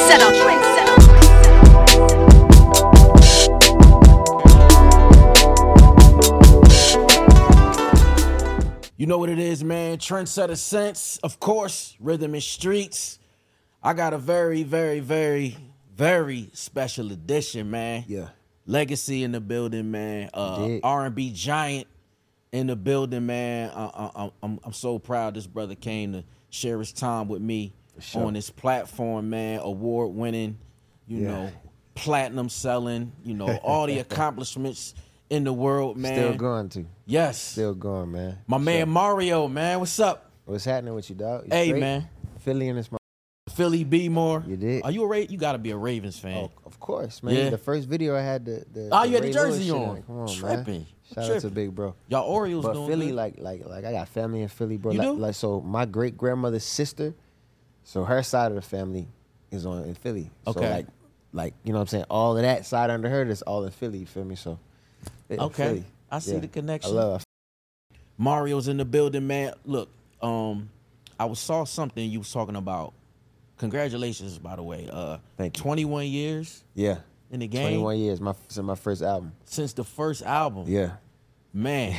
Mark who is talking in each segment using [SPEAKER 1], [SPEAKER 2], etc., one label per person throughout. [SPEAKER 1] trendsetter.
[SPEAKER 2] You know what it is, man. Trendsetter sense, of course, rhythm and streets. I got a very, very, very, very special edition, man.
[SPEAKER 3] Yeah.
[SPEAKER 2] Legacy in the building, man. Uh,
[SPEAKER 3] Dig.
[SPEAKER 2] R and B giant in the building, man. I, I, I'm I'm so proud this brother came to share his time with me
[SPEAKER 3] sure.
[SPEAKER 2] on this platform, man. Award winning, you
[SPEAKER 3] Yeah.
[SPEAKER 2] know, platinum selling, you know, all the accomplishments in the world, man.
[SPEAKER 3] Still going to.
[SPEAKER 2] Yes.
[SPEAKER 3] Still going, man.
[SPEAKER 2] My man Mario, man, what's up?
[SPEAKER 3] What's happening with you, dog?
[SPEAKER 2] Hey, man.
[SPEAKER 3] Philly in this. Mo-
[SPEAKER 2] Philly B more.
[SPEAKER 3] You did.
[SPEAKER 2] Are you a Ra- You gotta be a Ravens fan.
[SPEAKER 3] oh, of course, man.
[SPEAKER 2] Yeah.
[SPEAKER 3] The first video I had the. the
[SPEAKER 2] Oh, you had the
[SPEAKER 3] Ray
[SPEAKER 2] jersey
[SPEAKER 3] Lewis shit
[SPEAKER 2] on.
[SPEAKER 3] it. Come on,
[SPEAKER 2] Tripping.
[SPEAKER 3] man. Shout out to
[SPEAKER 2] Tripping.
[SPEAKER 3] Big Bro.
[SPEAKER 2] Y'all Orioles
[SPEAKER 3] But
[SPEAKER 2] doing
[SPEAKER 3] Philly,
[SPEAKER 2] good.
[SPEAKER 3] like, like, like, I got family in Philly, bro.
[SPEAKER 2] You
[SPEAKER 3] like,
[SPEAKER 2] do?
[SPEAKER 3] like, so my great grandmother's sister, so her side of the family is on in Philly. So
[SPEAKER 2] Okay.
[SPEAKER 3] like, like, you know what I'm saying? All of that side under her that's all in Philly. You feel me? So. it-
[SPEAKER 2] Okay.
[SPEAKER 3] Philly.
[SPEAKER 2] I see the connection.
[SPEAKER 3] I love.
[SPEAKER 2] Mario's in the building, man. Look, um, I was saw something you was talking about. Congratulations, by the way. Uh
[SPEAKER 3] Thank you.
[SPEAKER 2] 21 years
[SPEAKER 3] Yeah.
[SPEAKER 2] in the game
[SPEAKER 3] 21 years. My since my first album.
[SPEAKER 2] since the first album.
[SPEAKER 3] Yeah.
[SPEAKER 2] Man.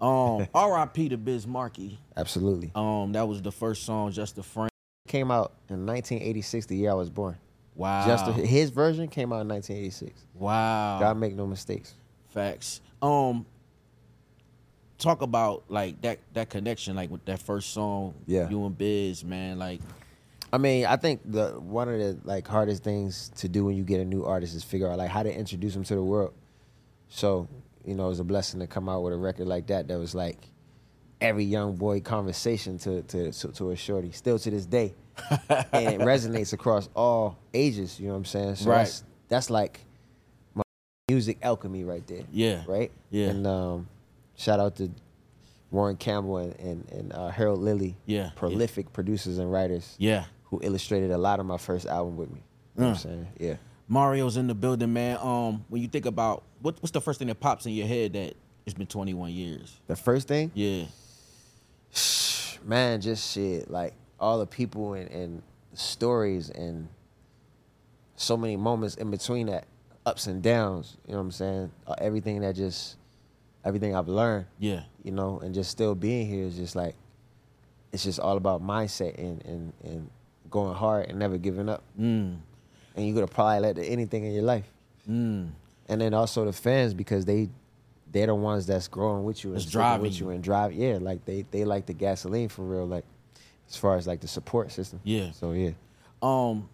[SPEAKER 2] Um R.I.P. to Biz Markie.
[SPEAKER 3] Absolutely.
[SPEAKER 2] Um, that was the first song, Just a Friend.
[SPEAKER 3] came out in 1986, the year I was born.
[SPEAKER 2] Wow.
[SPEAKER 3] Just his version came out in 1986.
[SPEAKER 2] wow.
[SPEAKER 3] God make no mistakes.
[SPEAKER 2] Facts. Um, talk about like that that connection, like with that first song,
[SPEAKER 3] Yeah.
[SPEAKER 2] you and Biz, man. Like,
[SPEAKER 3] I mean, I think the one of the like hardest things to do when you get a new artist is figure out like how to introduce them to the world. So, you know, it was a blessing to come out with a record like that that was like every young boy conversation to to to, to a shorty still to this day. and it resonates across all ages, you know what I'm saying? So
[SPEAKER 2] Right.
[SPEAKER 3] that's that's like my music alchemy right there.
[SPEAKER 2] Yeah.
[SPEAKER 3] Right?
[SPEAKER 2] Yeah.
[SPEAKER 3] And um shout out to Warren Campbell and and, and uh, Harold Lilly,
[SPEAKER 2] Yeah.
[SPEAKER 3] prolific producers and writers
[SPEAKER 2] yeah,
[SPEAKER 3] who illustrated a lot of my first album with me. You know what I'm saying? Yeah.
[SPEAKER 2] Mario's in the building, man. Um, when you think about what what's the first thing that pops in your head that it's been 21 years?
[SPEAKER 3] The first thing,
[SPEAKER 2] Yeah,
[SPEAKER 3] man, just shit. Like all the people and, and stories and so many moments in between that, ups and downs, you know what I'm saying? Uh, Everything that just, everything I've learned,
[SPEAKER 2] yeah,
[SPEAKER 3] you know, and just still being here is just like, it's just all about mindset and, and, and going hard and never giving up.
[SPEAKER 2] mm,
[SPEAKER 3] and you could apply that to anything in your life.
[SPEAKER 2] mm,
[SPEAKER 3] And then also the fans because they they're the ones that's growing with you and
[SPEAKER 2] That's
[SPEAKER 3] sticking
[SPEAKER 2] driving
[SPEAKER 3] with
[SPEAKER 2] you.
[SPEAKER 3] you and drive. Yeah, like they they like the gasoline for real. Like as far as like the support system.
[SPEAKER 2] Yeah.
[SPEAKER 3] So yeah,
[SPEAKER 2] um,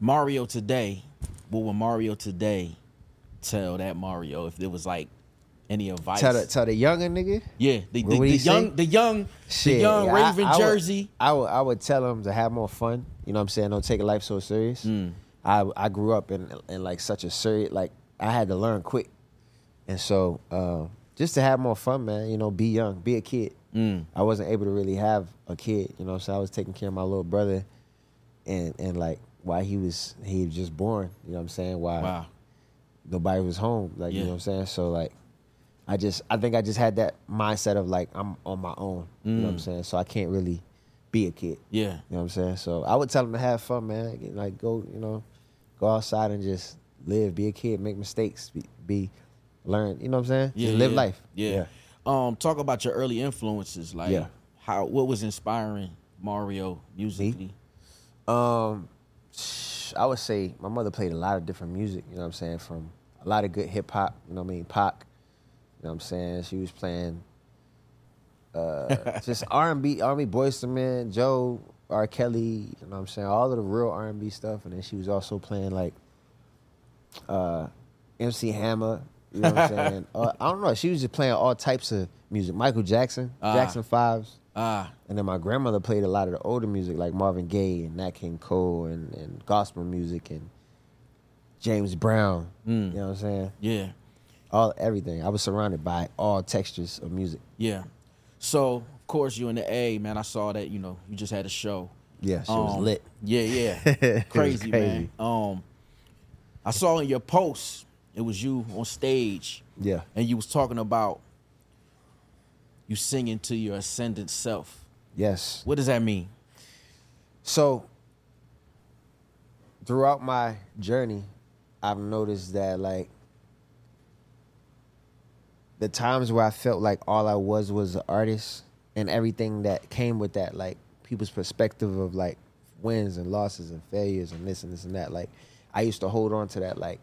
[SPEAKER 2] Mario today. What would Mario today tell that Mario if there was like any advice?
[SPEAKER 3] tell the tell the younger nigga.
[SPEAKER 2] yeah, the, the,
[SPEAKER 3] What would
[SPEAKER 2] the
[SPEAKER 3] he say?
[SPEAKER 2] young, the young,
[SPEAKER 3] Shit,
[SPEAKER 2] the young
[SPEAKER 3] yeah, I-
[SPEAKER 2] Raven
[SPEAKER 3] I would-
[SPEAKER 2] jersey.
[SPEAKER 3] I would I would tell them to have more fun. You know what I'm saying? Don't take life so serious.
[SPEAKER 2] Mm.
[SPEAKER 3] I I grew up in in like such a serious like I had to learn quick, and so uh, just to have more fun, man. You know, be young, be a kid.
[SPEAKER 2] Mm.
[SPEAKER 3] I wasn't able to really have a kid. You know, what I'm saying? I was taking care of my little brother, and and like why he was he was just born. You know what I'm saying? Why
[SPEAKER 2] Wow.
[SPEAKER 3] nobody was home. Like you
[SPEAKER 2] Yeah.
[SPEAKER 3] know what I'm saying. So like, I just I think I just had that mindset of like I'm on my own. You know what
[SPEAKER 2] Mm.
[SPEAKER 3] I'm saying. So I can't really be a kid.
[SPEAKER 2] Yeah.
[SPEAKER 3] You know what I'm saying. So I would tell them to have fun, man. Like go, you know, go outside and just live, be a kid, make mistakes, be, be learn. You know what I'm saying.
[SPEAKER 2] Yeah,
[SPEAKER 3] just live
[SPEAKER 2] yeah,
[SPEAKER 3] life.
[SPEAKER 2] Yeah. Um, talk about your early influences, like
[SPEAKER 3] Yeah.
[SPEAKER 2] how what was inspiring Mario musically.
[SPEAKER 3] Um, sh- I would say my mother played a lot of different music. You know what I'm saying? From a lot of good hip hop. You know what I mean? Pop. You know what I'm saying? She was playing uh, just R&B, R&B Boyz II Men, Joe, R. Kelly. You know what I'm saying? All of the real R&B stuff. And then she was also playing like uh, MC Hammer. You know what I'm saying? Uh, I don't know. She was just playing all types of music. Michael Jackson,
[SPEAKER 2] Ah.
[SPEAKER 3] Jackson Fives.
[SPEAKER 2] Ah,
[SPEAKER 3] And then my grandmother played a lot of the older music, like Marvin Gaye and Nat King Cole and, and gospel music and James Brown. You know what I'm saying?
[SPEAKER 2] yeah,
[SPEAKER 3] All everything. I was surrounded by all textures of music.
[SPEAKER 2] yeah. So of course you in the A, man. I saw that. You know, you just had a show.
[SPEAKER 3] Yeah, she was
[SPEAKER 2] Um,
[SPEAKER 3] lit.
[SPEAKER 2] Yeah, yeah.
[SPEAKER 3] was
[SPEAKER 2] crazy, man.
[SPEAKER 3] crazy.
[SPEAKER 2] Um, I saw in your post it was you on stage,
[SPEAKER 3] Yeah.
[SPEAKER 2] and you was talking about you singing to your ascendant self.
[SPEAKER 3] Yes.
[SPEAKER 2] What does that mean?
[SPEAKER 3] So throughout my journey, I've noticed that like the times where I felt like all I was was an artist and everything that came with that, like people's perspective of like wins and losses and failures and this and this and that. Like I used to hold on to that like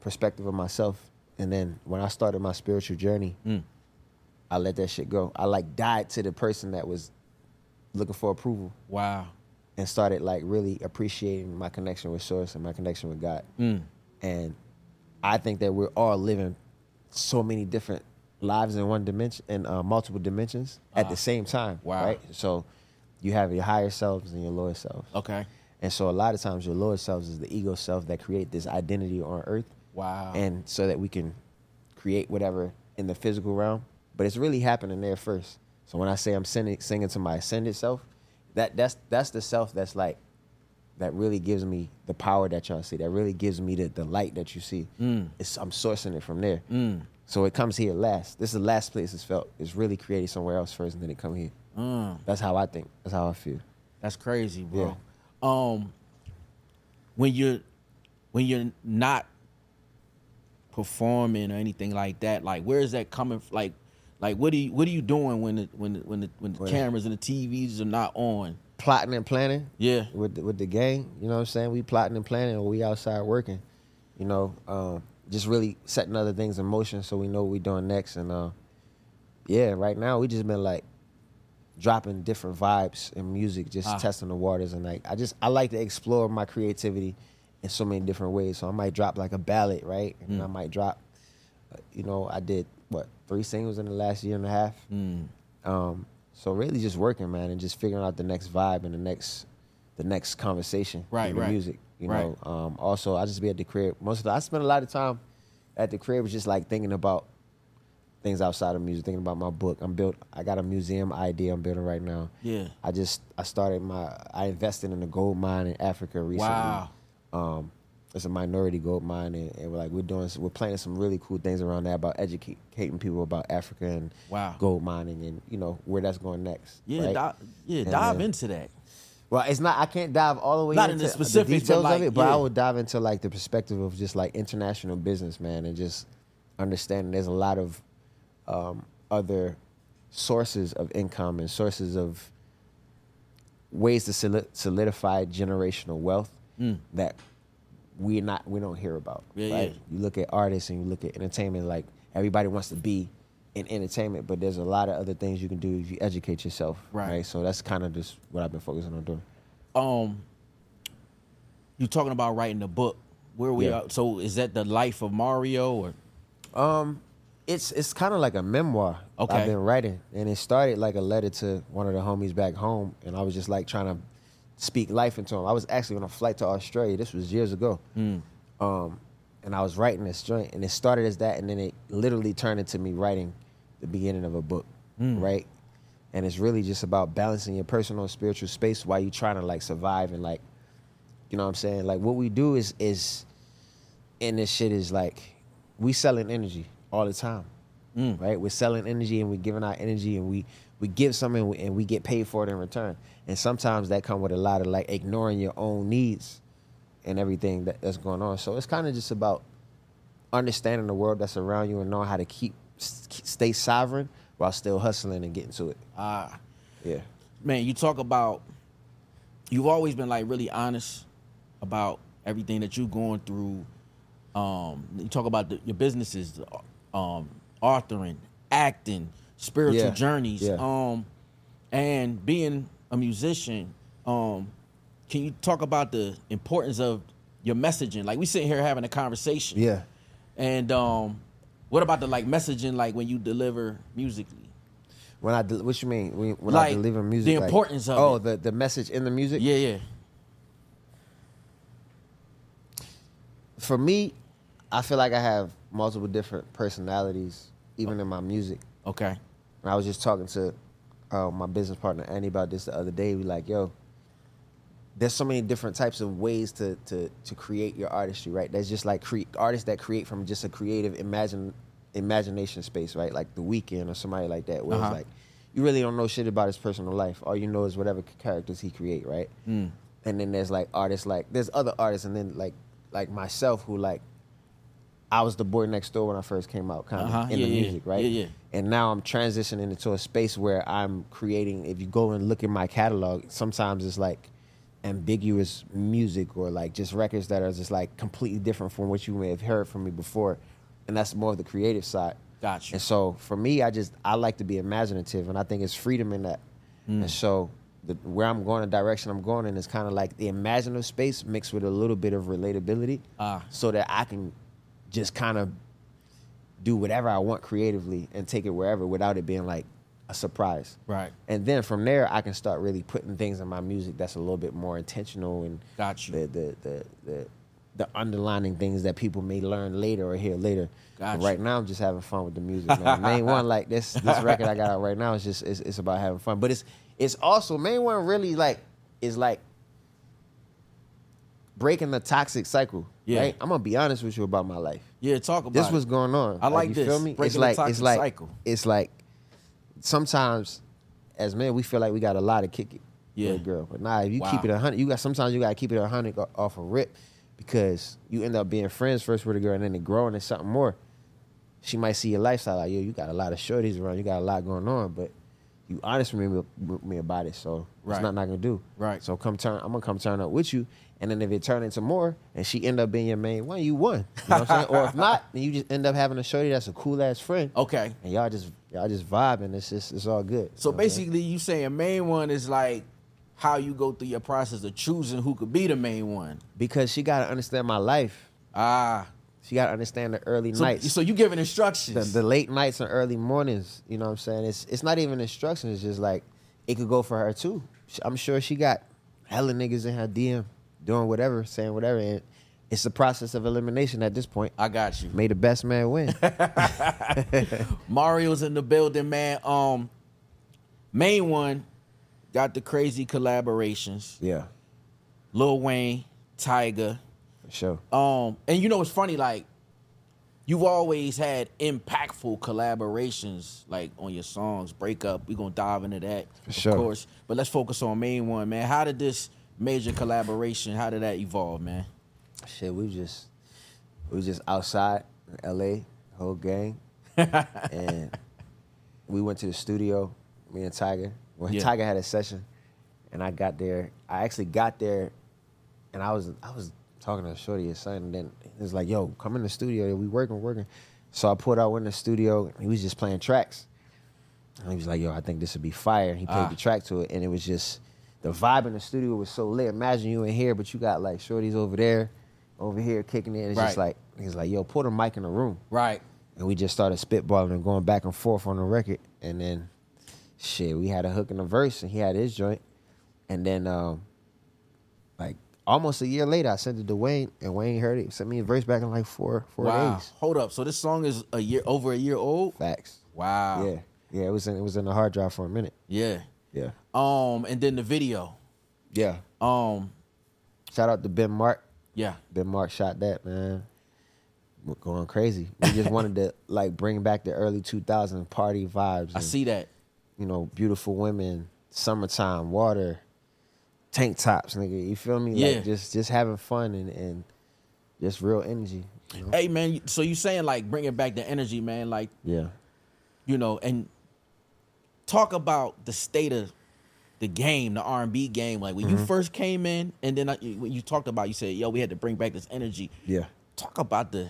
[SPEAKER 3] perspective of myself. And then when I started my spiritual journey, I let that shit go. I like died to the person that was looking for approval
[SPEAKER 2] Wow.
[SPEAKER 3] and started like really appreciating my connection with source and my connection with God.
[SPEAKER 2] Mm.
[SPEAKER 3] And I think that we're all living so many different lives in one dimension and uh, multiple dimensions at the same time.
[SPEAKER 2] Ah. Wow.
[SPEAKER 3] Right. So you have your higher selves and your lower selves.
[SPEAKER 2] Okay.
[SPEAKER 3] And so a lot of times your lower selves is the ego self that create this identity on earth.
[SPEAKER 2] Wow.
[SPEAKER 3] And so that we can create whatever in the physical realm. But it's really happening there first. So when I say I'm singing, singing to my ascended self, that, that's, that's the self that's like, that really gives me the power that y'all see. That really gives me the, the light that you see. It's, I'm sourcing it from there. So it comes here last. This is the last place it's felt. It's really created somewhere else first and then it come here. That's how I think. That's how I feel.
[SPEAKER 2] That's crazy, bro. Um, when you're when you're not performing or anything like that, like where is that coming? f- Like, like what do you what are you doing when the when the, when the, when the
[SPEAKER 3] Well-
[SPEAKER 2] cameras and the TVs are not on?
[SPEAKER 3] Plotting and planning,
[SPEAKER 2] Yeah.
[SPEAKER 3] with the, with the gang. You know what I'm saying? We plotting and planning, or we outside working. You know, um, just really setting other things in motion so we know what we're doing next. And uh, yeah, right now we just been like dropping different vibes and music, just
[SPEAKER 2] Ah.
[SPEAKER 3] testing the waters. And like I just I like to explore my creativity in so many different ways. So I might drop like a ballad, right? And
[SPEAKER 2] Mm.
[SPEAKER 3] I might drop. uh, You know, I did what three singles in the last year and a half.
[SPEAKER 2] Mm.
[SPEAKER 3] Um, so really just working, man, and just figuring out the next vibe and the next the next conversation.
[SPEAKER 2] Right,
[SPEAKER 3] and the
[SPEAKER 2] right,
[SPEAKER 3] music. You
[SPEAKER 2] right.
[SPEAKER 3] know. Um, also I just be at the crib. Most of the I spend a lot of time at the crib just like thinking about things outside of music, thinking about my book. I'm built I got a museum idea I'm building right now.
[SPEAKER 2] Yeah.
[SPEAKER 3] I just I started my I invested in a gold mine in Africa recently.
[SPEAKER 2] Wow.
[SPEAKER 3] Um it's a minority gold mine, and, and we're like we're doing, we're planning some really cool things around that about educating people about Africa and
[SPEAKER 2] Wow.
[SPEAKER 3] gold mining, and you know where that's going next.
[SPEAKER 2] Yeah.
[SPEAKER 3] right?
[SPEAKER 2] Di- yeah.
[SPEAKER 3] And
[SPEAKER 2] dive
[SPEAKER 3] then-
[SPEAKER 2] into that.
[SPEAKER 3] Well, it's not. I can't dive all the way
[SPEAKER 2] Not in
[SPEAKER 3] into
[SPEAKER 2] the specifics, but
[SPEAKER 3] details
[SPEAKER 2] like,
[SPEAKER 3] of it, but
[SPEAKER 2] yeah.
[SPEAKER 3] I will dive into like the perspective of just like international business, man, and just understanding there's a lot of um, other sources of income and sources of ways to soli- solidify generational wealth that we not we don't hear about.
[SPEAKER 2] Mm. Yeah,
[SPEAKER 3] right?
[SPEAKER 2] yeah.
[SPEAKER 3] You look at artists and you look at entertainment. Like everybody wants to be in entertainment, but there's a lot of other things you can do if you educate yourself.
[SPEAKER 2] Right.
[SPEAKER 3] So that's kind of just what I've been focusing on doing.
[SPEAKER 2] Um, you talking about writing a book? Where we
[SPEAKER 3] Yeah.
[SPEAKER 2] are? So is that the life of Mario or?
[SPEAKER 3] Um, it's it's kind of like a memoir.
[SPEAKER 2] Okay.
[SPEAKER 3] I've been writing, and it started like a letter to one of the homies back home, and I was just like trying to speak life into him. I was actually on a flight to Australia. This was years ago. Um, and I was writing this joint, and it started as that, and then it literally turned into me writing the beginning of a book, right? And it's really just about balancing your personal and spiritual space while you're trying to like survive and like, you know what I'm saying? Like what we do is is and this shit is like we selling energy all the time
[SPEAKER 2] Mm.
[SPEAKER 3] right we're selling energy and we're giving our energy and we we give something and we, and we get paid for it in return and sometimes that come with a lot of like ignoring your own needs and everything that, that's going on so it's kind of just about understanding the world that's around you and knowing how to keep s- stay sovereign while still hustling and getting to it
[SPEAKER 2] Ah.
[SPEAKER 3] yeah
[SPEAKER 2] man, you talk about you've always been like really honest about everything that you're going through. Um, you talk about the, your businesses, the, um, authoring, acting, spiritual
[SPEAKER 3] Yeah,
[SPEAKER 2] journeys,
[SPEAKER 3] yeah.
[SPEAKER 2] um, and being a musician. Um, can you talk about the importance of your messaging? Like we sitting here having a conversation.
[SPEAKER 3] yeah
[SPEAKER 2] And um, what about the like messaging, like when you deliver musically?
[SPEAKER 3] when i del- what you mean when, when
[SPEAKER 2] Like,
[SPEAKER 3] i deliver
[SPEAKER 2] the
[SPEAKER 3] music like-
[SPEAKER 2] importance of
[SPEAKER 3] oh
[SPEAKER 2] it.
[SPEAKER 3] the the message in the music
[SPEAKER 2] Yeah, yeah.
[SPEAKER 3] for me, I feel like I have multiple different personalities, even in my music.
[SPEAKER 2] Okay.
[SPEAKER 3] And I was just talking to uh, my business partner Annie about this the other day. We like, yo, there's so many different types of ways to to to create your artistry, right? There's just like cre- artists that create from just a creative imagine imagination space, right? Like The Weeknd or somebody like that, where
[SPEAKER 2] Uh-huh.
[SPEAKER 3] it's
[SPEAKER 2] Mm.
[SPEAKER 3] like you really don't know shit about his personal life. All you know is whatever characters he create, right? and then there's like artists like there's other artists, and then like like myself who like I was the boy next door when I first came out, kind of
[SPEAKER 2] Uh-huh,
[SPEAKER 3] in
[SPEAKER 2] yeah,
[SPEAKER 3] the
[SPEAKER 2] yeah.
[SPEAKER 3] music, right?
[SPEAKER 2] Yeah, yeah.
[SPEAKER 3] And now I'm transitioning into a space where I'm creating. If you go and look at my catalog, sometimes it's like ambiguous music or like just records that are just like completely different from what you may have heard from me before, and that's more of the creative side.
[SPEAKER 2] Gotcha.
[SPEAKER 3] And so for me, I just I like to be imaginative, and I think it's freedom in that.
[SPEAKER 2] Mm.
[SPEAKER 3] And so the, where I'm going, the direction I'm going in, is kind of like the imaginative space mixed with a little bit of relatability,
[SPEAKER 2] Ah.
[SPEAKER 3] so that I can just kind of do whatever I want creatively and take it wherever without it being like a surprise.
[SPEAKER 2] Right.
[SPEAKER 3] And then from there, I can start really putting things in my music that's a little bit more intentional and
[SPEAKER 2] Got you.
[SPEAKER 3] The, the, the, the, the underlining things that people may learn later or hear later.
[SPEAKER 2] Got
[SPEAKER 3] But
[SPEAKER 2] you.
[SPEAKER 3] right now, I'm just having fun with the music, man. main one, like this this record I got out right now, is just it's, it's about having fun. But it's it's also main one really like is like breaking the toxic cycle.
[SPEAKER 2] Yeah.
[SPEAKER 3] Right? I'm gonna be honest with you about my life.
[SPEAKER 2] Yeah, talk about
[SPEAKER 3] This
[SPEAKER 2] it.
[SPEAKER 3] was going on.
[SPEAKER 2] I like
[SPEAKER 3] you
[SPEAKER 2] this.
[SPEAKER 3] Feel me?
[SPEAKER 2] Breaking
[SPEAKER 3] it's
[SPEAKER 2] the
[SPEAKER 3] like
[SPEAKER 2] toxic
[SPEAKER 3] it's like
[SPEAKER 2] cycle.
[SPEAKER 3] it's like sometimes as men we feel like we got a lot to kick it.
[SPEAKER 2] Yeah.
[SPEAKER 3] with a girl. But nah, if you
[SPEAKER 2] Wow.
[SPEAKER 3] keep it a hundred, you got sometimes you gotta keep it a hundred o- off a rip because you end up being friends first with a girl and then it growing into something more. She might see your lifestyle like yo, you got a lot of shorties around, you got a lot going on, but you honest with me, with me about it, so
[SPEAKER 2] Right.
[SPEAKER 3] it's not not gonna do.
[SPEAKER 2] Right.
[SPEAKER 3] So come turn. I'm gonna come turn up with you, and then if it turn into more, and she end up being your main one, you won. You know what I'm saying? or if not, then you just end up having a shorty that's a cool ass friend.
[SPEAKER 2] Okay.
[SPEAKER 3] And y'all just y'all just vibing. It's just it's all good.
[SPEAKER 2] So
[SPEAKER 3] You know what I'm saying?
[SPEAKER 2] basically, you saying main one is like how you go through your process of choosing who could be the main one.
[SPEAKER 3] because she gotta understand my life.
[SPEAKER 2] Ah,
[SPEAKER 3] She gotta understand the early
[SPEAKER 2] so,
[SPEAKER 3] nights,
[SPEAKER 2] so you giving
[SPEAKER 3] the,
[SPEAKER 2] instructions.
[SPEAKER 3] the late nights and early mornings. You know what I'm saying? It's it's not even instructions. It's just like it could go for her too. Sh- I'm sure she got hella niggas in her DM doing whatever, saying whatever, and it's the process of elimination at this point.
[SPEAKER 2] I got you.
[SPEAKER 3] May the best man win.
[SPEAKER 2] Mario's in the building, man. Um, main one got the crazy collaborations.
[SPEAKER 3] yeah,
[SPEAKER 2] Lil Wayne, Tiger.
[SPEAKER 3] for sure.
[SPEAKER 2] Um, and you know it's funny, like you've always had impactful collaborations, like on your songs. Breakup, we're gonna dive into that, of
[SPEAKER 3] sure.
[SPEAKER 2] course. But let's focus on main one, man. How did this major collaboration? How did that evolve, man?
[SPEAKER 3] Shit, we was just we was just outside in LA, whole gang. and we went to the studio, me and Tiger. When
[SPEAKER 2] Yeah.
[SPEAKER 3] Tiger had a session and I got there, I actually got there and I was I was talking to Shorty or something, and then it was like, yo, come in the studio, we working, working. So I pulled out in the studio, and he was just playing tracks. And he was like, yo, I think this would be fire. And he played
[SPEAKER 2] Ah.
[SPEAKER 3] the track to it, and it was just the vibe in the studio was so lit. Imagine you in here, but you got like shorties over there, over here kicking it. It's just
[SPEAKER 2] Right.
[SPEAKER 3] like he's like, yo, pull the mic in the room.
[SPEAKER 2] Right.
[SPEAKER 3] And we just started spitballing and going back and forth on the record. And then, shit, we had a hook and a verse, and he had his joint. And then, um, like almost a year later, I sent it to Wayne, and Wayne heard it. Sent me a verse back in like four four
[SPEAKER 2] wow.
[SPEAKER 3] days.
[SPEAKER 2] Hold up. So this song is a year over a year old.
[SPEAKER 3] Facts.
[SPEAKER 2] Wow.
[SPEAKER 3] Yeah, yeah. It was in, it was in the hard drive for a minute.
[SPEAKER 2] Yeah.
[SPEAKER 3] Yeah,
[SPEAKER 2] Um, and then the video.
[SPEAKER 3] yeah.
[SPEAKER 2] Um,
[SPEAKER 3] Shout out to Ben Mark.
[SPEAKER 2] yeah.
[SPEAKER 3] Ben Mark shot that man. We're going crazy. We just wanted to like bring back the early 2000 party vibes.
[SPEAKER 2] I
[SPEAKER 3] and-
[SPEAKER 2] see that.
[SPEAKER 3] you know, beautiful women, summertime, water, tank tops, nigga. You feel me?
[SPEAKER 2] Yeah.
[SPEAKER 3] Like just just having fun and, and just real energy. you know?
[SPEAKER 2] Hey man, so you saying like bringing back the energy, man? Like
[SPEAKER 3] Yeah.
[SPEAKER 2] you know, and talk about the state of the game, the R and B game. Like when you
[SPEAKER 3] Mm-hmm.
[SPEAKER 2] first came in, and then I, when you talked about, you said, "Yo, we had to bring back this energy."
[SPEAKER 3] Yeah.
[SPEAKER 2] Talk about the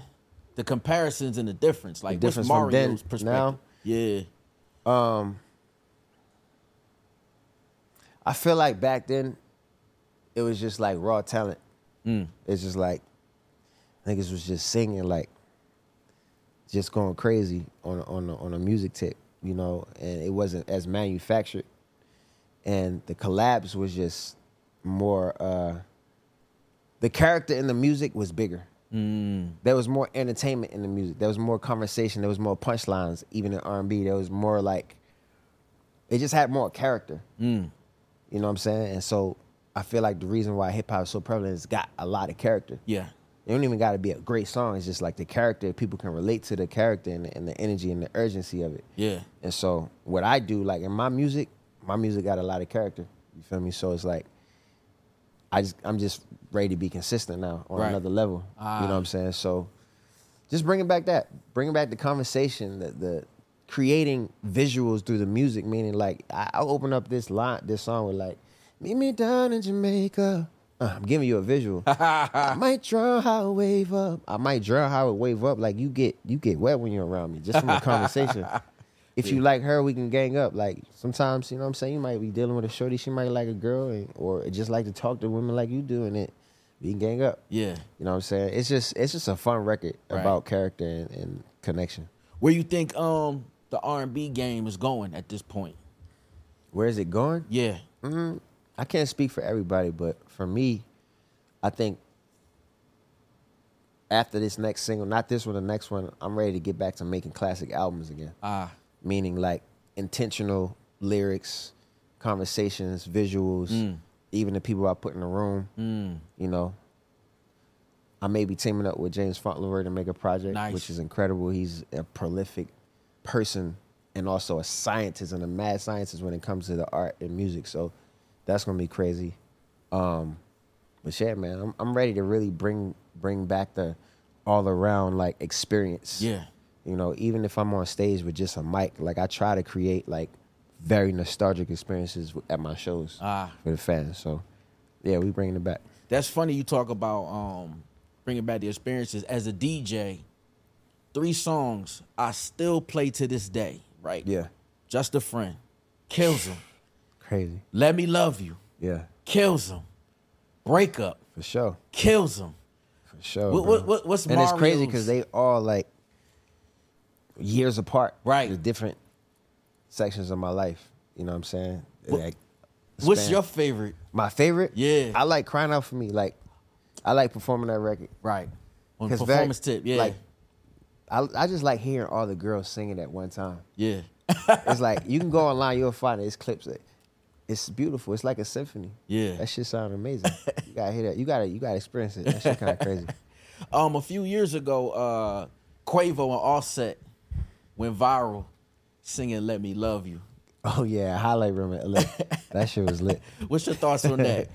[SPEAKER 2] the comparisons and the difference. Like
[SPEAKER 3] difference
[SPEAKER 2] what's
[SPEAKER 3] from then
[SPEAKER 2] Mario's perspective?
[SPEAKER 3] now?
[SPEAKER 2] Yeah,
[SPEAKER 3] I feel like back then it was just like raw talent.
[SPEAKER 2] Mm.
[SPEAKER 3] It's just like niggas was just singing like just going crazy on a- on a, on a music tip, you know, and it wasn't as manufactured. And the collabs was just more uh the character in the music was bigger. There was more entertainment in the music. There was more conversation. There was more punchlines, even in R and B. There was more like it just had more character. You know what I'm saying? And so I feel like the reason why hip hop is so prevalent is it's got a lot of character.
[SPEAKER 2] yeah,
[SPEAKER 3] It don't even got to be a great song. It's just like the character. People can relate to the character and the, and the energy and the urgency of it.
[SPEAKER 2] yeah.
[SPEAKER 3] And so what I do, like in my music, my music got a lot of character. You feel me? So it's like I just I'm just ready to be consistent now on
[SPEAKER 2] Right.
[SPEAKER 3] another level. You know what I'm saying? So just bringing back that, bringing back the conversation, the, the creating visuals through the music, meaning like I, I open up this line, this song with like, meet me down in Jamaica. Uh, I'm giving you a visual. I might drown how I wave up. I might drown how I wave up. Like you get you get wet when you're around me, just from the conversation. If you like her, we can gang up. Like sometimes, you know what I'm saying? You might be dealing with a shorty, she might like a girl and, or just like to talk to women like you do and it we can gang up.
[SPEAKER 2] Yeah.
[SPEAKER 3] You know what I'm saying? It's just it's just a fun record
[SPEAKER 2] Right.
[SPEAKER 3] about character and, and connection.
[SPEAKER 2] Where you think um the R and B game is going at this point?
[SPEAKER 3] Where is it going?
[SPEAKER 2] Yeah.
[SPEAKER 3] Mm, I can't speak for everybody, but for me, I think after this next single, not this one, the next one, I'm ready to get back to making classic albums again.
[SPEAKER 2] Ah.
[SPEAKER 3] meaning like intentional lyrics, conversations, visuals,
[SPEAKER 2] Mm.
[SPEAKER 3] even the people I put in the room. You know, I may be teaming up with James Fauntleroy to make a project,
[SPEAKER 2] Nice.
[SPEAKER 3] which is incredible. He's a prolific person and also a scientist and a mad scientist when it comes to the art and music. So that's gonna be crazy. Um, but shit, man, I'm, I'm ready to really bring bring back the all around like experience
[SPEAKER 2] Yeah.
[SPEAKER 3] you know even if i'm on stage with just a mic like i try to create like very nostalgic experiences w- at my shows
[SPEAKER 2] Ah.
[SPEAKER 3] for the fans so yeah we bringing it back
[SPEAKER 2] That's funny you talk about um, bringing back the experiences. As a DJ, three songs I still play to this day, right?
[SPEAKER 3] Yeah.
[SPEAKER 2] Just a Friend, kills him.
[SPEAKER 3] crazy
[SPEAKER 2] Let Me Love You,
[SPEAKER 3] yeah
[SPEAKER 2] kills him. Breakup,
[SPEAKER 3] for sure
[SPEAKER 2] kills him.
[SPEAKER 3] for sure
[SPEAKER 2] What-
[SPEAKER 3] bro.
[SPEAKER 2] what- what- what's
[SPEAKER 3] and it's crazy
[SPEAKER 2] Mario's-
[SPEAKER 3] because they all like years apart
[SPEAKER 2] Right.
[SPEAKER 3] the different sections of my life you know what i'm saying
[SPEAKER 2] What-
[SPEAKER 3] Like,
[SPEAKER 2] What's
[SPEAKER 3] span.
[SPEAKER 2] your favorite?
[SPEAKER 3] my favorite
[SPEAKER 2] Yeah.
[SPEAKER 3] i like crying out for me like i like performing that record
[SPEAKER 2] Right. On the
[SPEAKER 3] 'Cause
[SPEAKER 2] performance
[SPEAKER 3] very-
[SPEAKER 2] tip, yeah.
[SPEAKER 3] Like, I, I just like hearing all the girls singing at one time.
[SPEAKER 2] yeah.
[SPEAKER 3] It's like you can go online, you'll find it. It's clips. It, it's beautiful. It's like a symphony.
[SPEAKER 2] Yeah.
[SPEAKER 3] that shit sounds amazing. you gotta hear that. You gotta you gotta experience it. That shit kind of crazy.
[SPEAKER 2] Um, a few years ago, uh, Quavo and Offset went viral singing "Let Me Love You."
[SPEAKER 3] Oh yeah, highlight room at LA. That shit was lit.
[SPEAKER 2] What's your thoughts on that?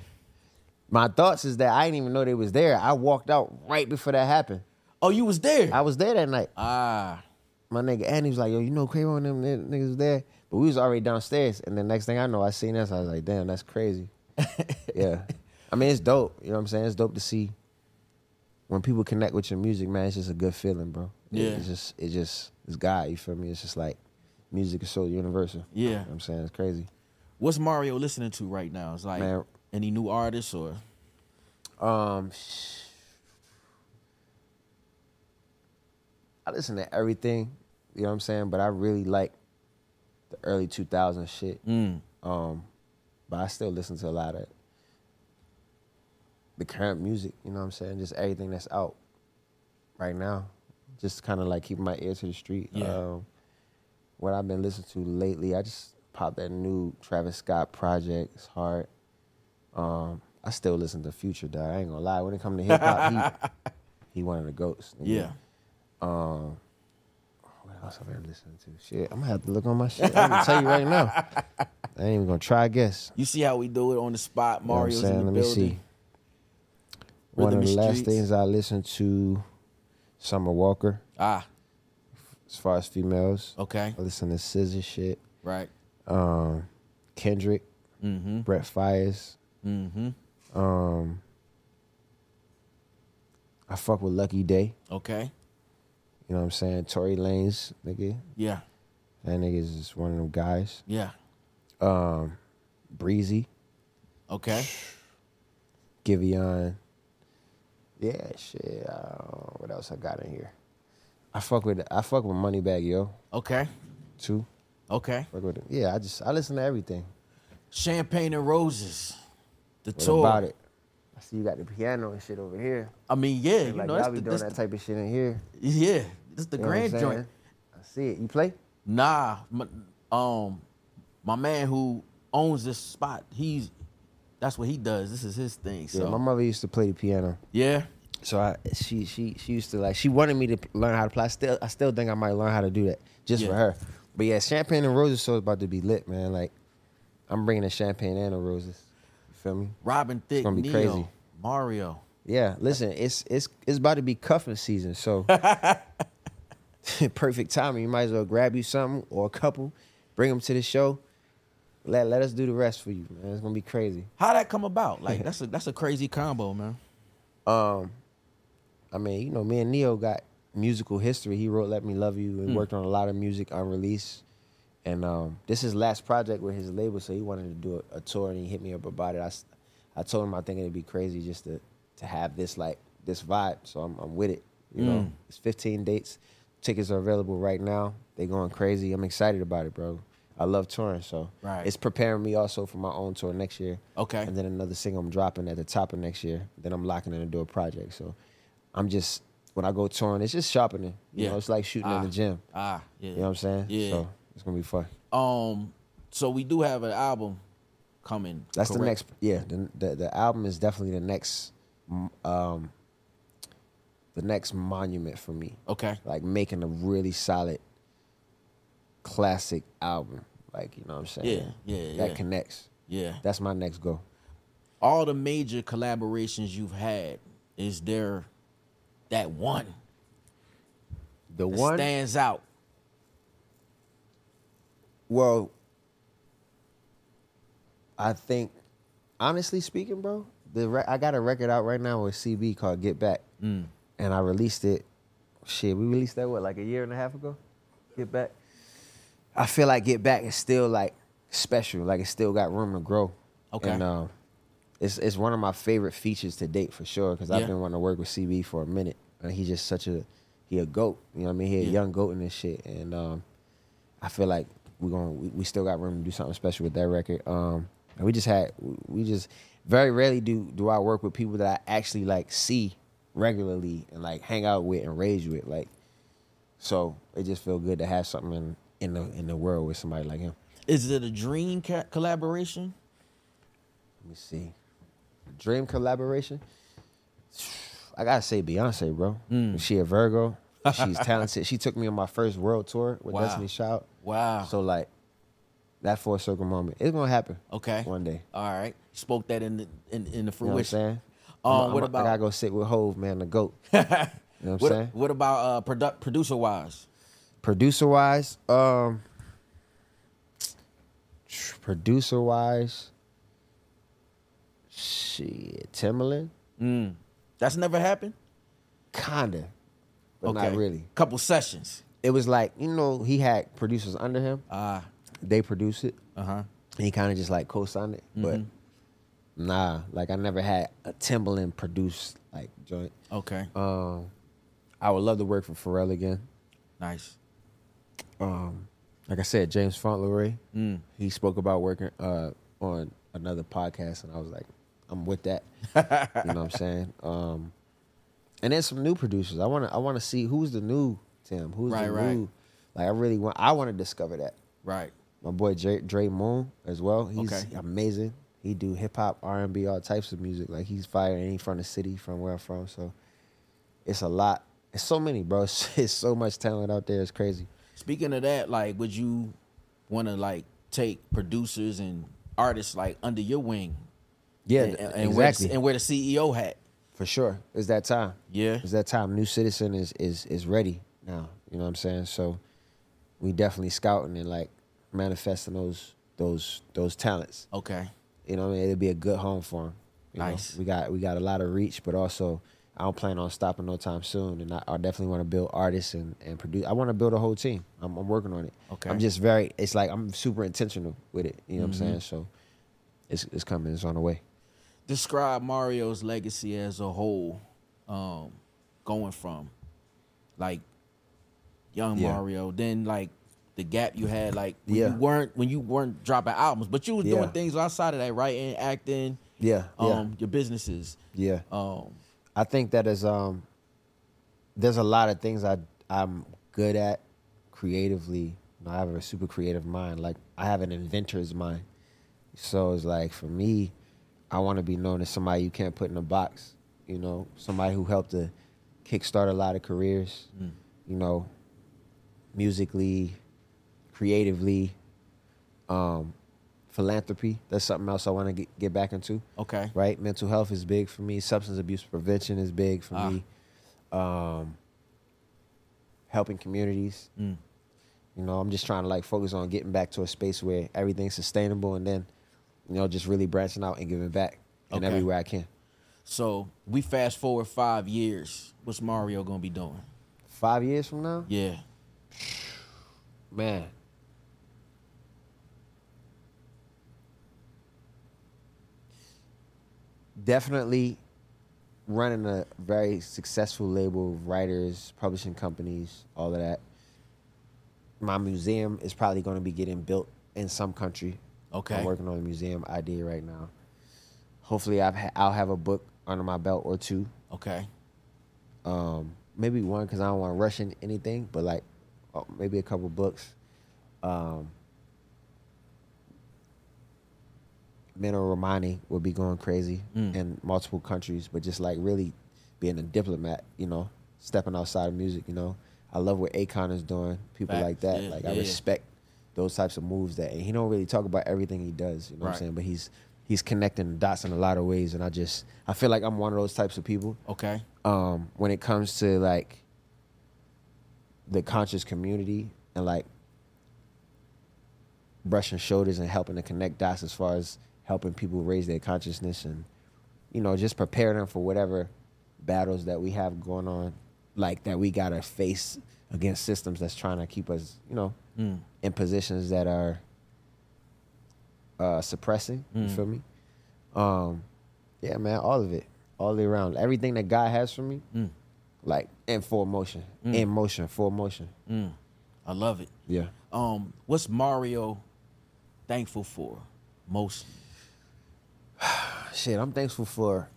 [SPEAKER 3] My thoughts is that I didn't even know they was there. I walked out right before that happened.
[SPEAKER 2] Oh, you was there.
[SPEAKER 3] I was there that night.
[SPEAKER 2] ah,
[SPEAKER 3] My nigga and he was like, "Yo, you know Quavo and them n- niggas was there," but we was already downstairs. And the next thing I know, I seen this. I was like, "Damn, that's crazy." yeah, I mean, it's dope. You know what I'm saying? It's dope to see when people connect with your music, man. It's just a good feeling, bro. It-
[SPEAKER 2] Yeah.
[SPEAKER 3] it's just, it just, it's God. You feel me? It's just like music is so universal.
[SPEAKER 2] Yeah.
[SPEAKER 3] You know what I'm saying it's crazy.
[SPEAKER 2] what's Mario listening to right now? It's like
[SPEAKER 3] Man.
[SPEAKER 2] any new artists or
[SPEAKER 3] Um, sh- I listen to everything, you know what I'm saying? But I really like the early 2000s shit. Um, but I still listen to a lot of the current music, you know what I'm saying? Just everything that's out right now. Just kind of like keeping my ear to the street.
[SPEAKER 2] Yeah.
[SPEAKER 3] Um, what I've been listening to lately, I just popped that new Travis Scott project. It's hard. Um, I still listen to Future, dog. I ain't gonna lie. When it comes to hip hop, he, he one of the goats. nigga.
[SPEAKER 2] yeah.
[SPEAKER 3] Um, what else have I been listening to? Shit, I'm gonna have to look on my shit. I'm gonna tell you right now. I ain't even gonna try guess.
[SPEAKER 2] You see how we do it on the spot.
[SPEAKER 3] You know what I'm
[SPEAKER 2] Mario's in
[SPEAKER 3] saying?
[SPEAKER 2] the
[SPEAKER 3] Let me
[SPEAKER 2] building.
[SPEAKER 3] see. One
[SPEAKER 2] Rhythm
[SPEAKER 3] of the
[SPEAKER 2] is
[SPEAKER 3] last
[SPEAKER 2] streets.
[SPEAKER 3] things I listened to, Summer Walker.
[SPEAKER 2] Ah,
[SPEAKER 3] As far as females,
[SPEAKER 2] okay,
[SPEAKER 3] I listen to Scissor shit.
[SPEAKER 2] right.
[SPEAKER 3] Um, Kendrick,
[SPEAKER 2] Mm-hmm.
[SPEAKER 3] Brett Fires.
[SPEAKER 2] Mm-hmm.
[SPEAKER 3] Um, I fuck with Lucky Day.
[SPEAKER 2] Okay.
[SPEAKER 3] You know what I'm saying? Tory Lanez, nigga.
[SPEAKER 2] Yeah.
[SPEAKER 3] That nigga is just one of them guys.
[SPEAKER 2] Yeah.
[SPEAKER 3] Um, Breezy,
[SPEAKER 2] Okay.
[SPEAKER 3] Giveon. Yeah, shit. Uh, what else I got in here? I fuck with I fuck with Moneybag Yo
[SPEAKER 2] Okay.
[SPEAKER 3] too.
[SPEAKER 2] Okay.
[SPEAKER 3] Fuck with it. Yeah, I just I listen to everything.
[SPEAKER 2] Champagne and Roses. The
[SPEAKER 3] What
[SPEAKER 2] tour.
[SPEAKER 3] about it? I see you got the piano and shit over here.
[SPEAKER 2] I mean, yeah, you
[SPEAKER 3] like
[SPEAKER 2] know,
[SPEAKER 3] y'all
[SPEAKER 2] that's
[SPEAKER 3] be
[SPEAKER 2] the,
[SPEAKER 3] doing
[SPEAKER 2] that's
[SPEAKER 3] that
[SPEAKER 2] the,
[SPEAKER 3] type of shit in here.
[SPEAKER 2] yeah, that's the
[SPEAKER 3] You know what I'm
[SPEAKER 2] grand joint.
[SPEAKER 3] saying? I see it. You play?
[SPEAKER 2] Nah, my, um, my man who owns this spot, he's that's what he does. This is his thing. So
[SPEAKER 3] Yeah. My mother used to play the piano.
[SPEAKER 2] yeah,
[SPEAKER 3] So I, she she she used to like she wanted me to p- learn how to play. I still I still think I might learn how to do that just for
[SPEAKER 2] Yeah.
[SPEAKER 3] her. But yeah, champagne and roses so it's about to be lit, man. Like I'm bringing the champagne and the roses. feel me?
[SPEAKER 2] Robin Thicke,
[SPEAKER 3] gonna be
[SPEAKER 2] Neo,
[SPEAKER 3] crazy.
[SPEAKER 2] Mario.
[SPEAKER 3] Yeah, listen, it's it's it's about to be cuffing season, so perfect timing. You might as well grab you something or a couple, bring them to the show. Let let us do the rest for you, man. It's gonna be crazy.
[SPEAKER 2] How that come about? Like that's a that's a crazy combo, man.
[SPEAKER 3] Um, I mean, you know, me and Neo got musical history. He wrote "Let Me Love You"
[SPEAKER 2] Hmm.
[SPEAKER 3] and worked on a lot of music unreleased. And um, this is his last project with his label, so he wanted to do a, a tour, and he hit me up about it. I, s- I told him I think it'd be crazy just to to have this like this vibe. So I'm I'm with it. You
[SPEAKER 2] Hmm.
[SPEAKER 3] know, it's 15 dates. Tickets are available right now. They going crazy. I'm excited about it, bro. I love touring, so
[SPEAKER 2] Right.
[SPEAKER 3] it's preparing me also for my own tour next year.
[SPEAKER 2] Okay.
[SPEAKER 3] And then another single I'm dropping at the top of next year. Then I'm locking in to do a project. So I'm just when I go touring, it's just sharpening. You
[SPEAKER 2] Yeah.
[SPEAKER 3] know, it's like shooting in the gym.
[SPEAKER 2] Ah, yeah.
[SPEAKER 3] You know what I'm saying?
[SPEAKER 2] Yeah.
[SPEAKER 3] So it's gonna be fun.
[SPEAKER 2] Um, so we do have an album coming.
[SPEAKER 3] That's the
[SPEAKER 2] correct?
[SPEAKER 3] next. Yeah, the, the the album is definitely the next, mm, um, the next monument for me.
[SPEAKER 2] Okay.
[SPEAKER 3] Like making a really solid, classic album. Like you know what I'm saying?
[SPEAKER 2] Yeah, yeah,
[SPEAKER 3] That
[SPEAKER 2] yeah.
[SPEAKER 3] connects.
[SPEAKER 2] Yeah.
[SPEAKER 3] That's my next goal.
[SPEAKER 2] All the major collaborations you've had, is there that one
[SPEAKER 3] The
[SPEAKER 2] that
[SPEAKER 3] one.
[SPEAKER 2] stands out?
[SPEAKER 3] Well, I think, honestly speaking, bro, the re- I got a record out right now with CB called Get Back, and I released it. Shit, we released that what like a year and a half ago. Get Back. I feel like Get Back is still like special. Like it still got room to grow.
[SPEAKER 2] Okay.
[SPEAKER 3] And um, it's it's one of my favorite features to date for sure because
[SPEAKER 2] Yeah.
[SPEAKER 3] I've been wanting to work with CB for a minute. And he's just such a he a goat. You know what I mean? He a
[SPEAKER 2] Yeah.
[SPEAKER 3] young goat in this shit. And um, I feel like we're going we, we still got room to do something special with that record. Um, and we just had we just very rarely do do I work with people that I actually like see regularly and like hang out with and rage with like. So it just feel good to have something in, in the in the world with somebody like him.
[SPEAKER 2] Is it a dream ca- collaboration?
[SPEAKER 3] Let me see. Dream collaboration. I gotta say Beyonce, bro.
[SPEAKER 2] Hmm.
[SPEAKER 3] She a Virgo. She's talented. she took me on my first world tour with
[SPEAKER 2] Wow.
[SPEAKER 3] Destiny Child.
[SPEAKER 2] Wow.
[SPEAKER 3] So like that full circle moment. It's gonna happen.
[SPEAKER 2] okay.
[SPEAKER 3] One day.
[SPEAKER 2] All right. Spoke that in the in, in the
[SPEAKER 3] You know what I'm
[SPEAKER 2] fruition.
[SPEAKER 3] saying?
[SPEAKER 2] Um,
[SPEAKER 3] I'm- I'm-
[SPEAKER 2] what
[SPEAKER 3] I
[SPEAKER 2] about-
[SPEAKER 3] gotta go sit with Hove, man, the GOAT. you know what I'm
[SPEAKER 2] what,
[SPEAKER 3] saying?
[SPEAKER 2] what about uh produ- producer wise?
[SPEAKER 3] Producer wise, um, producer wise, shit, Timbaland,
[SPEAKER 2] That's never happened.
[SPEAKER 3] kinda, but not really.
[SPEAKER 2] Couple sessions.
[SPEAKER 3] It was like you know he had producers under him.
[SPEAKER 2] Ah.
[SPEAKER 3] They produced it.
[SPEAKER 2] Uh huh.
[SPEAKER 3] And he kind of just like co-signed it, but nah, like I never had a Timbaland produced like joint.
[SPEAKER 2] Okay.
[SPEAKER 3] Um, I would love to work for Pharrell again.
[SPEAKER 2] nice.
[SPEAKER 3] um, like I said, James Fauntleroy,
[SPEAKER 2] Mm.
[SPEAKER 3] he spoke about working uh, on another podcast, and I was like, I'm with that. you know what I'm saying? Um, and then some new producers. I want to I want to see who's the new Tim, who's
[SPEAKER 2] Right,
[SPEAKER 3] the
[SPEAKER 2] right.
[SPEAKER 3] new. Like I really want I want to discover that.
[SPEAKER 2] Right.
[SPEAKER 3] My boy Dre, Dre Moon as well. He's
[SPEAKER 2] Okay.
[SPEAKER 3] amazing. He do hip hop, R and B, all types of music. Like he's fire, and he from the city, from where I'm from. So it's a lot. It's so many, bro. It's, it's so much talent out there. It's crazy.
[SPEAKER 2] Speaking of that, like, would you want to like take producers and artists like under your wing?
[SPEAKER 3] Yeah,
[SPEAKER 2] and, and, and
[SPEAKER 3] exactly.
[SPEAKER 2] Wear the, and wear the CEO hat.
[SPEAKER 3] For sure. It's that time.
[SPEAKER 2] Yeah.
[SPEAKER 3] It's that time. New citizen is is is ready now. You know what I'm saying? So we definitely scouting and like manifesting those those those talents.
[SPEAKER 2] Okay.
[SPEAKER 3] You know what I mean? It'll be a good home for them.
[SPEAKER 2] Nice.
[SPEAKER 3] We got we got a lot of reach, but also I don't plan on stopping no time soon, and I, I definitely want to build artists and, and produce. I want to build a whole team. I'm, I'm working on it.
[SPEAKER 2] Okay. Mm-hmm.
[SPEAKER 3] I'm just very. It's like I'm super intentional with it. You know what I'm saying? So it's it's coming. It's on the way.
[SPEAKER 2] Describe Mario's legacy as a whole, um, going from like young
[SPEAKER 3] Yeah.
[SPEAKER 2] Mario, then like the gap you had, like when
[SPEAKER 3] Yeah.
[SPEAKER 2] you weren't when you weren't dropping albums, but you was
[SPEAKER 3] Yeah.
[SPEAKER 2] doing things outside of that, writing, acting,
[SPEAKER 3] Yeah. Yeah.
[SPEAKER 2] um, your businesses.
[SPEAKER 3] yeah.
[SPEAKER 2] Um,
[SPEAKER 3] I think that is um there's a lot of things I I'm good at creatively. You know, I have a super creative mind. Like I have an inventor's mind. So it's like for me, I want to be known as somebody you can't put in a box. You know, somebody who helped to kickstart a lot of careers. You know, musically, creatively, um, philanthropy. That's something else I want to get, get back into.
[SPEAKER 2] Okay.
[SPEAKER 3] Right? Mental health is big for me. Substance abuse prevention is big for
[SPEAKER 2] Ah.
[SPEAKER 3] me. Um, helping communities.
[SPEAKER 2] Mm.
[SPEAKER 3] You know, I'm just trying to like focus on getting back to a space where everything's sustainable and then, you know, just really branching out and giving back and
[SPEAKER 2] Okay.
[SPEAKER 3] everywhere I can.
[SPEAKER 2] So we fast forward five years. What's Mario gonna be doing?
[SPEAKER 3] Five years from now?
[SPEAKER 2] Yeah.
[SPEAKER 3] Man. Definitely running a very successful label of writers, publishing companies, all of that. My museum is probably going to be getting built in some country.
[SPEAKER 2] Okay.
[SPEAKER 3] I'm working on a museum idea right now. Hopefully, I've ha- I'll have a book under my belt or two.
[SPEAKER 2] Okay.
[SPEAKER 3] Um, maybe one because I don't want to rush in anything, but like oh, maybe a couple books. Um, Mino Romani will be going crazy
[SPEAKER 2] Mm.
[SPEAKER 3] in multiple countries, but just like really being a diplomat, you know, stepping outside of music, you know. I love what Akon is doing, people
[SPEAKER 2] Facts,
[SPEAKER 3] like that.
[SPEAKER 2] yeah,
[SPEAKER 3] like
[SPEAKER 2] yeah,
[SPEAKER 3] I
[SPEAKER 2] yeah.
[SPEAKER 3] respect those types of moves that and he don't really talk about everything he does, you know what
[SPEAKER 2] Right.
[SPEAKER 3] I'm saying? But he's he's connecting the dots in a lot of ways and I just I feel like I'm one of those types of people
[SPEAKER 2] Okay.
[SPEAKER 3] um, when it comes to like the conscious community and like brushing shoulders and helping to connect dots as far as helping people raise their consciousness and you know just prepare them for whatever battles that we have going on like that we gotta face against systems that's trying to keep us you know
[SPEAKER 2] Mm.
[SPEAKER 3] in positions that are uh, suppressing. You
[SPEAKER 2] Mm.
[SPEAKER 3] feel me? Um, yeah, man, all of it, all the way around. Everything that God has for me,
[SPEAKER 2] Mm.
[SPEAKER 3] like in full motion, in motion, full motion.
[SPEAKER 2] Mm. I love it.
[SPEAKER 3] Yeah.
[SPEAKER 2] Um, what's Mario thankful for most?
[SPEAKER 3] Shit, I'm thankful for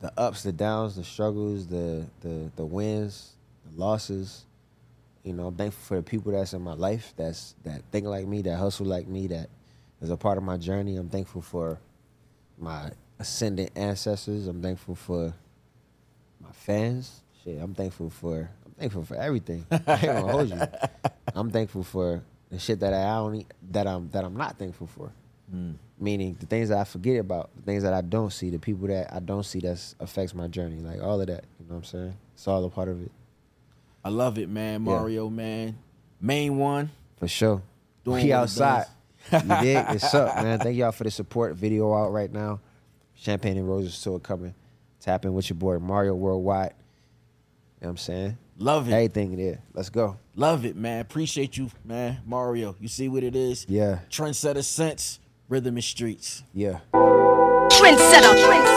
[SPEAKER 3] the ups, the downs, the struggles, the the the wins, the losses. You know, I'm thankful for the people that's in my life that's that think like me, that hustle like me, that is a part of my journey. I'm thankful for my ascendant ancestors. I'm thankful for my fans. Shit, I'm thankful for I'm thankful for everything. I ain't gonna hold you. I'm thankful for the shit that I don't e- that I'm that I'm not thankful for. Meaning the things that I forget about, the things that I don't see, the people that I don't see that affects my journey, like all of that. You know what I'm saying? It's all a part of it
[SPEAKER 2] I love it, man. Mario, man. Main one.
[SPEAKER 3] for sure.
[SPEAKER 2] Doing what
[SPEAKER 3] we
[SPEAKER 2] it
[SPEAKER 3] outside. you dig? It's up, man. Thank y'all for the support. Video out right now. Champagne and roses tour coming. Tap in with your boy Mario Worldwide. You know what I'm saying?
[SPEAKER 2] Love it.
[SPEAKER 3] Everything there. Let's go.
[SPEAKER 2] Love it, man. Appreciate you, man. Mario. You see what it is?
[SPEAKER 3] Yeah.
[SPEAKER 2] Trendsetter sense, rhythm and streets.
[SPEAKER 3] Yeah.
[SPEAKER 1] Trendsetter. Trendsetter.